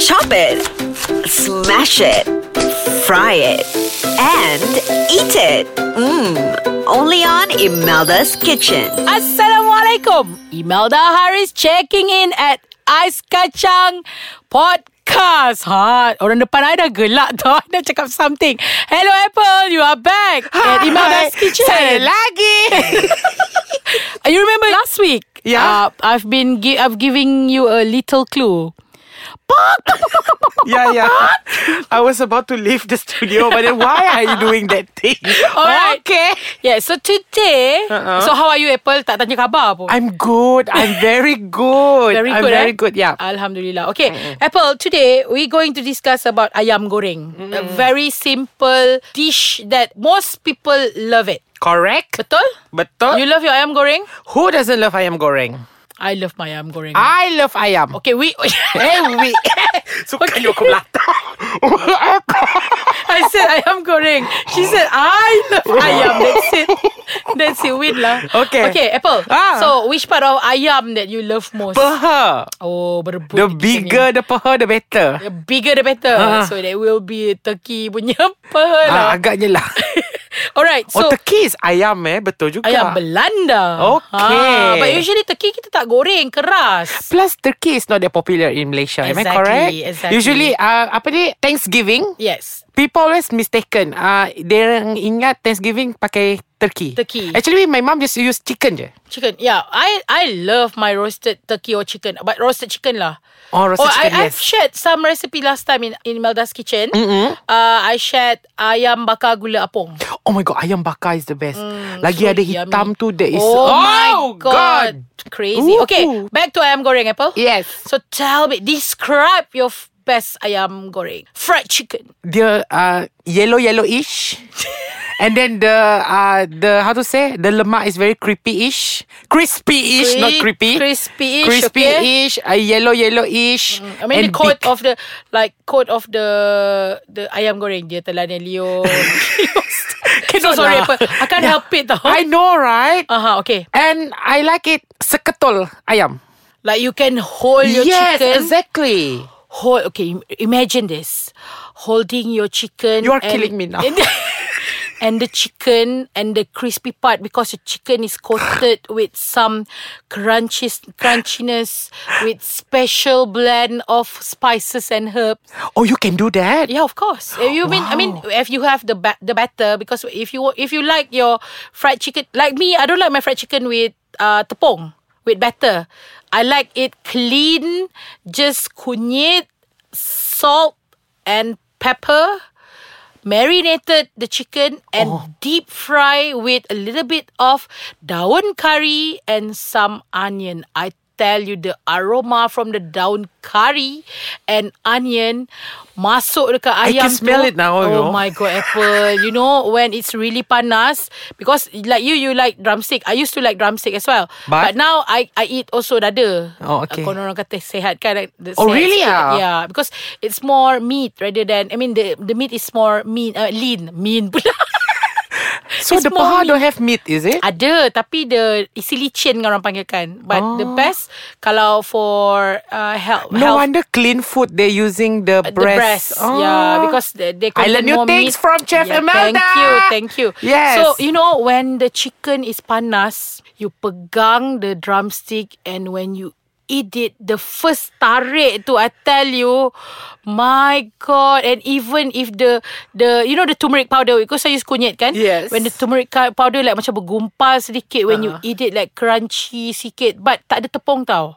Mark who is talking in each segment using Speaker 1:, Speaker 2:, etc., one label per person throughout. Speaker 1: Chop it, smash it, fry it, and eat it. Mmm, only on Imelda's Kitchen.
Speaker 2: Assalamualaikum. Imelda Haris checking in at Ais Kacang Podcast. Ha, orang depan I dah gelak tau. I dah cakap something. Hello Apple, you are back at Imelda's Kitchen.
Speaker 3: Saya lagi.
Speaker 2: You remember last week?
Speaker 3: Yeah.
Speaker 2: Uh, I've been gi- I've giving you a little clue.
Speaker 3: yeah, yeah. I was about to leave the studio, but then why are you doing that thing?
Speaker 2: Alright.
Speaker 3: Okay.
Speaker 2: Yeah, so today,
Speaker 3: Uh-uh.
Speaker 2: so how are you Apple? Tak tanya khabar pun.
Speaker 3: I'm good. I'm very good.
Speaker 2: Very
Speaker 3: I'm
Speaker 2: good,
Speaker 3: very
Speaker 2: eh?
Speaker 3: good. Yeah.
Speaker 2: Alhamdulillah. Okay, Apple, today we're going to discuss about ayam goreng. A very simple dish that most people love it.
Speaker 3: Correct.
Speaker 2: Betul?
Speaker 3: Betul.
Speaker 2: You love your ayam goreng?
Speaker 3: Who doesn't love ayam goreng?
Speaker 2: I love my ayam goreng.
Speaker 3: I love ayam.
Speaker 2: Mm. Okay, we
Speaker 3: Eh, Ah. we. Suka okay. aku belata.
Speaker 2: I said ayam goreng. She said I love ayam. That's it. That's it. Win lah.
Speaker 3: Oh. Okay.
Speaker 2: Okay, Apple.
Speaker 3: Ah.
Speaker 2: So which part of ayam that you love most?
Speaker 3: Peha.
Speaker 2: oh, berebut.
Speaker 3: The
Speaker 2: kita ni.
Speaker 3: bigger the peha, the better.
Speaker 2: The Uh, bigger the better.
Speaker 3: Ah.
Speaker 2: So that will be turkey punya apa lah.
Speaker 3: Ah, agaknya lah.
Speaker 2: Alright, so
Speaker 3: oh, Turkey is ayam eh. Betul juga.
Speaker 2: ayam Belanda.
Speaker 3: Okay.
Speaker 2: Ah, but usually turkey kita tak goreng, keras.
Speaker 3: Plus Turkey is not that popular in Malaysia. Am I
Speaker 2: Exactly,
Speaker 3: correct?
Speaker 2: exactly.
Speaker 3: Usually uh, apa ni Thanksgiving
Speaker 2: Yes.
Speaker 3: people always mistaken. Uh, dia orang ingat Thanksgiving pakai turkey.
Speaker 2: Turkey.
Speaker 3: Actually my mom just use chicken je.
Speaker 2: Chicken. Yeah, I I love my roasted turkey or chicken, but roasted chicken lah.
Speaker 3: Oh, roasted
Speaker 2: oh,
Speaker 3: chicken,
Speaker 2: I,
Speaker 3: yes.
Speaker 2: I've shared some recipe last time in in Melda's kitchen. Mm-hmm. Uh, I shared ayam bakar gula apung.
Speaker 3: Oh my god, ayam bakar is the best. Lagi
Speaker 2: So
Speaker 3: ada
Speaker 2: Mm,
Speaker 3: hitam
Speaker 2: yummy.
Speaker 3: tu that is
Speaker 2: Oh, my
Speaker 3: Oh,
Speaker 2: god. Crazy.
Speaker 3: Ooh.
Speaker 2: Okay, back to ayam goreng apple.
Speaker 3: Yes.
Speaker 2: So tell me, describe your f- best ayam goreng. Fried chicken.
Speaker 3: Dia uh, yellow yellowish. And then the uh, the how to say the lemak is very creepy-ish, crispy-ish, not creepy,
Speaker 2: Crispy-ish,
Speaker 3: crispy-ish, uh, yellow yellowish.
Speaker 2: I mean
Speaker 3: and
Speaker 2: the coat
Speaker 3: big.
Speaker 2: of the like coat of the the ayam goreng dia telah dan Leo. so
Speaker 3: Cannot
Speaker 2: sorry Uh.
Speaker 3: lah.
Speaker 2: apa. I can't
Speaker 3: Yeah.
Speaker 2: help it tau.
Speaker 3: ah. I know, right?
Speaker 2: Aha, okay.
Speaker 3: And I like it seketol ayam.
Speaker 2: Like you can hold your
Speaker 3: yes,
Speaker 2: chicken.
Speaker 3: exactly.
Speaker 2: Hold. Okay, im- imagine this: holding your chicken.
Speaker 3: You are
Speaker 2: and-
Speaker 3: killing me now.
Speaker 2: And, and the chicken and the crispy part because the chicken is coated with some crunches, crunchiness, with special blend of spices and herbs.
Speaker 3: Oh, you can do that.
Speaker 2: Yeah, of course. If you mean I mean if you have the ba- the batter because if you if you like your fried chicken like me, I don't like my fried chicken with uh tepung with batter. I like it clean, just kunyit, salt and pepper. Marinated the chicken and
Speaker 3: Oh.
Speaker 2: deep fry with a little bit of daun curry and some onion. I tell you the aroma from the daun curry and onion masuk dekat
Speaker 3: I
Speaker 2: ayam
Speaker 3: can smell
Speaker 2: tu.
Speaker 3: it now,
Speaker 2: Oh
Speaker 3: you know.
Speaker 2: my god, apple. You know when it's really panas because like you, you like drumstick. I used to like drumstick as well,
Speaker 3: But?
Speaker 2: now I I eat also dada.
Speaker 3: Oh, okay.
Speaker 2: Konon orang kata sehat kan? like, the
Speaker 3: Oh,
Speaker 2: sehat
Speaker 3: really,
Speaker 2: sikit.
Speaker 3: ah?
Speaker 2: Yeah, because it's more meat rather than I mean the the meat is more mean uh, lean mean pula.
Speaker 3: so
Speaker 2: it's
Speaker 3: the
Speaker 2: more
Speaker 3: paha
Speaker 2: meat.
Speaker 3: don't have meat, is it?
Speaker 2: Ada tapi the isi licin kan orang panggil kan. But the best kalau for uh, health
Speaker 3: no
Speaker 2: health
Speaker 3: wonder clean food they're using the
Speaker 2: the breast.
Speaker 3: breast. Ah.
Speaker 2: Yeah, because they, they
Speaker 3: I
Speaker 2: contain
Speaker 3: learn new
Speaker 2: more
Speaker 3: things
Speaker 2: meat.
Speaker 3: from Chef
Speaker 2: yeah,
Speaker 3: Imelda.
Speaker 2: Thank you, thank you.
Speaker 3: Yes.
Speaker 2: So you know when the chicken is panas, you pegang the drumstick, and when you eat it, the first tarik tu I tell you, my god! And even if the the you know the turmeric powder, because I use kunyit kan?
Speaker 3: Yes. Uh-huh.
Speaker 2: When the turmeric cu- powder like macam bergumpal sedikit, when you eat it like crunchy sikit, but tak ada tepung tau.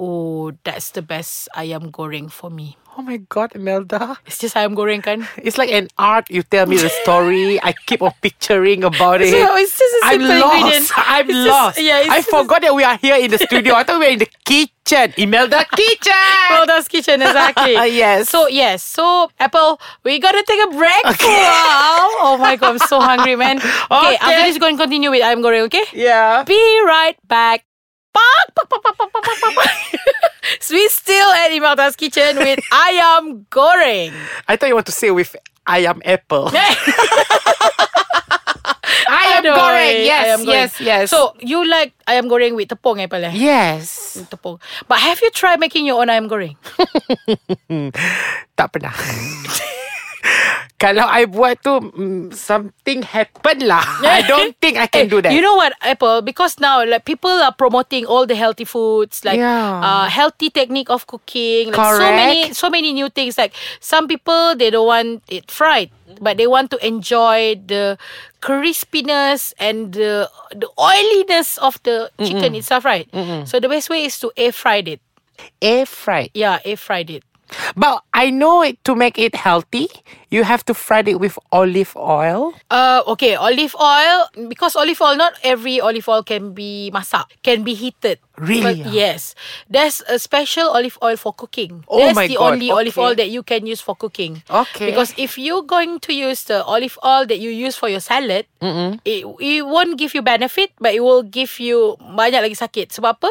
Speaker 2: Oh, that's the best ayam goreng for me.
Speaker 3: oh my god, Imelda.
Speaker 2: It's just ayam goreng kan?
Speaker 3: It's like an art. You tell me the story. I keep on picturing about it.
Speaker 2: So, it's just a
Speaker 3: I'm
Speaker 2: simple
Speaker 3: lost.
Speaker 2: ingredient.
Speaker 3: I'm
Speaker 2: It's just-
Speaker 3: lost.
Speaker 2: yeah, it's
Speaker 3: I
Speaker 2: just-
Speaker 3: forgot that we are here in the studio. I thought we were in the kitchen. Imelda kitchen.
Speaker 2: Rhoda's kitchen, exactly.
Speaker 3: Yes.
Speaker 2: So yes. So Apple, we gotta take a break. Wow. Oh my god, I'm so hungry, man. Okay,
Speaker 3: Okay.
Speaker 2: after this, going to continue with I'm goreng. Okay.
Speaker 3: yeah.
Speaker 2: Be right back. Pak, pak, pak, pak, pak, pak, pak, pak, pak. So we still at Imelda's kitchen with ayam goreng.
Speaker 3: I thought you want to say with I am apple.
Speaker 2: Ayam
Speaker 3: Ayam goreng. Yes,
Speaker 2: ayam goreng.
Speaker 3: yes, yes.
Speaker 2: So you like ayam goreng with tepung eh, Pale?
Speaker 3: Yes.
Speaker 2: Tepung. But have you tried making your own ayam goreng?
Speaker 3: Tak pernah. Kalau I buat tu mm, Something happen lah I don't think I
Speaker 2: Eh,
Speaker 3: can do that
Speaker 2: You know what, Apple? Because now, like people are promoting all the healthy foods, like
Speaker 3: Yeah.
Speaker 2: uh, healthy technique of cooking. Like So
Speaker 3: Correct.
Speaker 2: many, so many new things. Like some people, they don't want it fried, but they want to enjoy the crispiness and the the oiliness of the chicken itself, right? So the best way is to air fried it.
Speaker 3: Air fried
Speaker 2: Yeah, air fried it.
Speaker 3: But I know it, to make it healthy, you have to fry it with olive oil.
Speaker 2: Uh, okay, olive oil because olive oil not every olive oil can be masak, can be heated.
Speaker 3: Really? ah?
Speaker 2: But yes, there's a special olive oil for cooking.
Speaker 3: Oh
Speaker 2: That's
Speaker 3: my
Speaker 2: the
Speaker 3: God,
Speaker 2: only olive
Speaker 3: okay.
Speaker 2: oil that you can use for cooking.
Speaker 3: Okay.
Speaker 2: Because if you're going to use the olive oil that you use for your salad, it it won't give you benefit, but it will give you banyak lagi sakit. Sebab apa?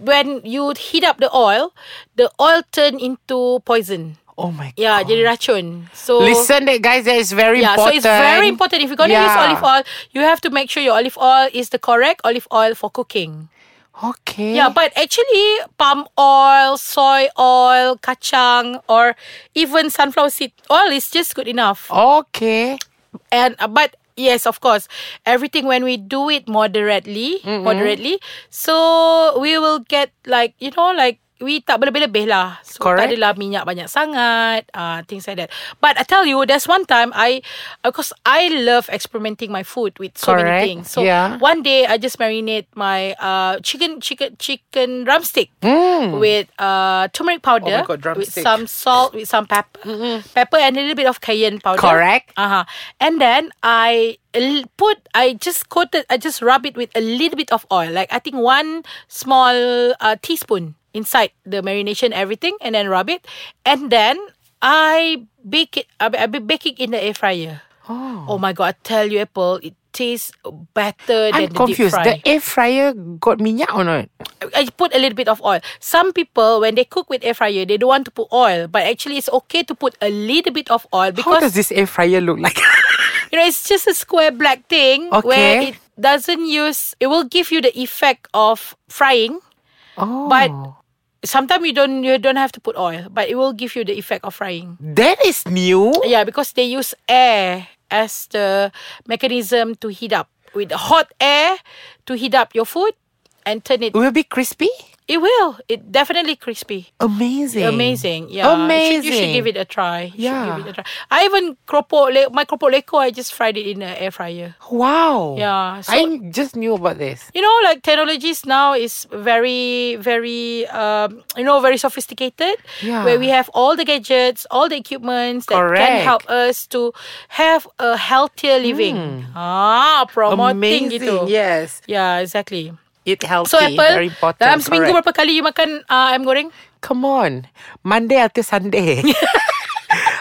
Speaker 2: When you heat up the oil, the oil turn into poison.
Speaker 3: Oh my
Speaker 2: Yeah,
Speaker 3: god.
Speaker 2: jadi racun. So
Speaker 3: Listen that guys, that is very
Speaker 2: yeah, so it's
Speaker 3: important.
Speaker 2: very important. If you're gonna use
Speaker 3: Yeah.
Speaker 2: olive oil, you have to make sure your olive oil is the correct olive oil for cooking.
Speaker 3: Okay.
Speaker 2: Yeah, but actually, palm oil, soy oil, kacang, or even sunflower seed oil is just good enough.
Speaker 3: Okay.
Speaker 2: And uh, but yes, of course, everything when we do it moderately,
Speaker 3: Mm-hmm.
Speaker 2: moderately, so we will get like you know like. We tak berlebih-lebih lah So tak
Speaker 3: Correct.
Speaker 2: adalah minyak banyak sangat uh, Things like that But I tell you There's one time I Because I love experimenting my food With so many
Speaker 3: Correct.
Speaker 2: things So
Speaker 3: Yeah.
Speaker 2: one day I just marinate my uh, Chicken chicken chicken rumstick With uh, turmeric powder
Speaker 3: Mm. Oh God,
Speaker 2: With
Speaker 3: drumstick.
Speaker 2: some salt With some pepper Pepper and a little bit of cayenne powder
Speaker 3: Correct.
Speaker 2: uh-huh. And then I l- put I just coated I just rub it with a little bit of oil. Like I think one small uh, teaspoon inside the marination everything and then rub it and then I bake it I, I be baking in the air fryer. Oh. my god, I tell you Apple, it tastes better than
Speaker 3: I'm confused.
Speaker 2: the deep fry.
Speaker 3: The air fryer got minyak or not?
Speaker 2: I put a little bit of oil. Some people, when they cook with air fryer, they don't want to put oil, but actually it's okay to put a little bit of oil
Speaker 3: How
Speaker 2: because
Speaker 3: does this air fryer look like?
Speaker 2: You know, it's just a square black thing where it
Speaker 3: Okay.
Speaker 2: doesn't use. It will give you the effect of frying,
Speaker 3: oh.
Speaker 2: but sometimes you don't you don't have to put oil, but it will give you the effect of frying.
Speaker 3: that is new.
Speaker 2: Yeah, because they use air as the mechanism to heat up with hot air to heat up your food and turn it.
Speaker 3: It will be crispy.
Speaker 2: It will. It definitely crispy.
Speaker 3: Amazing.
Speaker 2: Amazing. Yeah. You should, you should
Speaker 3: Amazing.
Speaker 2: give it a try. You should
Speaker 3: Yeah.
Speaker 2: give it a try. I even keropok le- my keropok leko. I just fried it in the air fryer.
Speaker 3: Wow.
Speaker 2: Yeah, so-
Speaker 3: I just knew about this.
Speaker 2: you know like technologies now is very very um, you know very sophisticated
Speaker 3: Yeah.
Speaker 2: where we have all the gadgets all the equipments that can
Speaker 3: Correct.
Speaker 2: help us to have a healthier living ah promoting
Speaker 3: Hmm. Amazing.
Speaker 2: gitu
Speaker 3: Yes.
Speaker 2: yeah exactly
Speaker 3: It healthy.
Speaker 2: so
Speaker 3: very
Speaker 2: Apple
Speaker 3: important.
Speaker 2: dalam seminggu
Speaker 3: correct.
Speaker 2: berapa kali you makan uh, ayam goreng
Speaker 3: Come on. Monday until Sunday.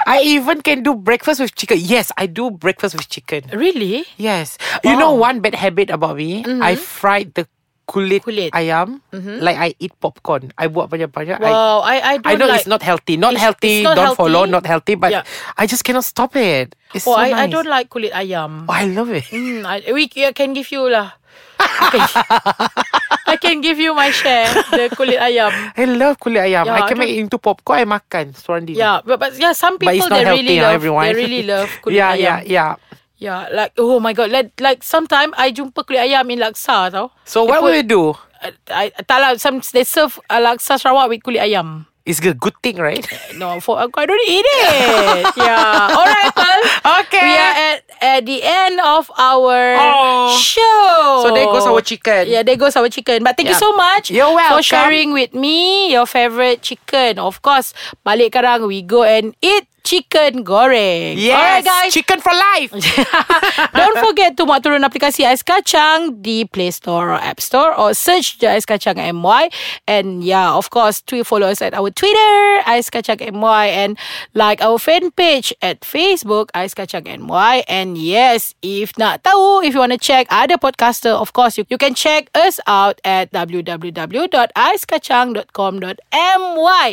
Speaker 3: I even can do breakfast with chicken. Yes, I do breakfast with chicken.
Speaker 2: really
Speaker 3: Yes. You know one bad habit about me? I fried the kulit,
Speaker 2: Mm-hmm. Kulit. Mm-hmm.
Speaker 3: ayam. Like I eat popcorn. I buat banyak-banyak. I
Speaker 2: wow I, I don't
Speaker 3: I know
Speaker 2: like
Speaker 3: it's not healthy. Not
Speaker 2: It's-
Speaker 3: healthy.
Speaker 2: it's not
Speaker 3: don't follow.
Speaker 2: healthy.
Speaker 3: Not healthy. But
Speaker 2: Yeah.
Speaker 3: I just cannot stop it. It's
Speaker 2: oh
Speaker 3: so
Speaker 2: I, I
Speaker 3: nice.
Speaker 2: don't like kulit ayam
Speaker 3: Oh, I love it.
Speaker 2: Hmm, I, we I can give you lah Okay. I can give you my share the kulit ayam
Speaker 3: I love kulit ayam.
Speaker 2: Yeah,
Speaker 3: I
Speaker 2: I
Speaker 3: can
Speaker 2: don't-
Speaker 3: make it into popcorn. I makan. Seorang diri.
Speaker 2: Yeah, Ya, but, but yeah, some people
Speaker 3: But it's not
Speaker 2: they
Speaker 3: healthy,
Speaker 2: really
Speaker 3: ah,
Speaker 2: love
Speaker 3: everyone.
Speaker 2: they really love kulit
Speaker 3: yeah,
Speaker 2: ayam.
Speaker 3: yeah, yeah.
Speaker 2: Yeah, like oh my god, like like sometime I jumpa kulit ayam in laksa tau.
Speaker 3: So what will you do?
Speaker 2: I, I tak lah, some they serve uh, laksa Sarawak with kulit ayam.
Speaker 3: It's a good thing, right?
Speaker 2: No, for I don't eat it. yeah. All right, Pearl.
Speaker 3: Okay.
Speaker 2: We are at at the end of our
Speaker 3: Oh.
Speaker 2: show.
Speaker 3: So there goes our chicken.
Speaker 2: Yeah, there goes our chicken. But thank you
Speaker 3: Yeah.
Speaker 2: so much
Speaker 3: You're
Speaker 2: for
Speaker 3: welcome.
Speaker 2: sharing with me your favorite chicken. Of course, balik karang we go and eat chicken goreng.
Speaker 3: Yes,
Speaker 2: All right, guys.
Speaker 3: chicken for life.
Speaker 2: Don't forget to muat turun aplikasi Ais Kacang di Play Store or App Store or search je Ais Kacang MY. And yeah, of course, tweet follow us at our Twitter, Ais Kacang MY and like our fan page at Facebook, Ais Kacang MY. And yes, if nak tahu, if you want to check other podcaster, of course, you, you can check us out at www.aiskacang.com.my.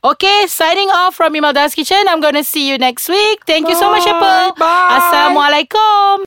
Speaker 2: Okay, signing off from Imelda's Kitchen. I'm going to see you next week. Thank you so much,
Speaker 3: Bye.
Speaker 2: Apple.
Speaker 3: Bye.
Speaker 2: Assalamualaikum.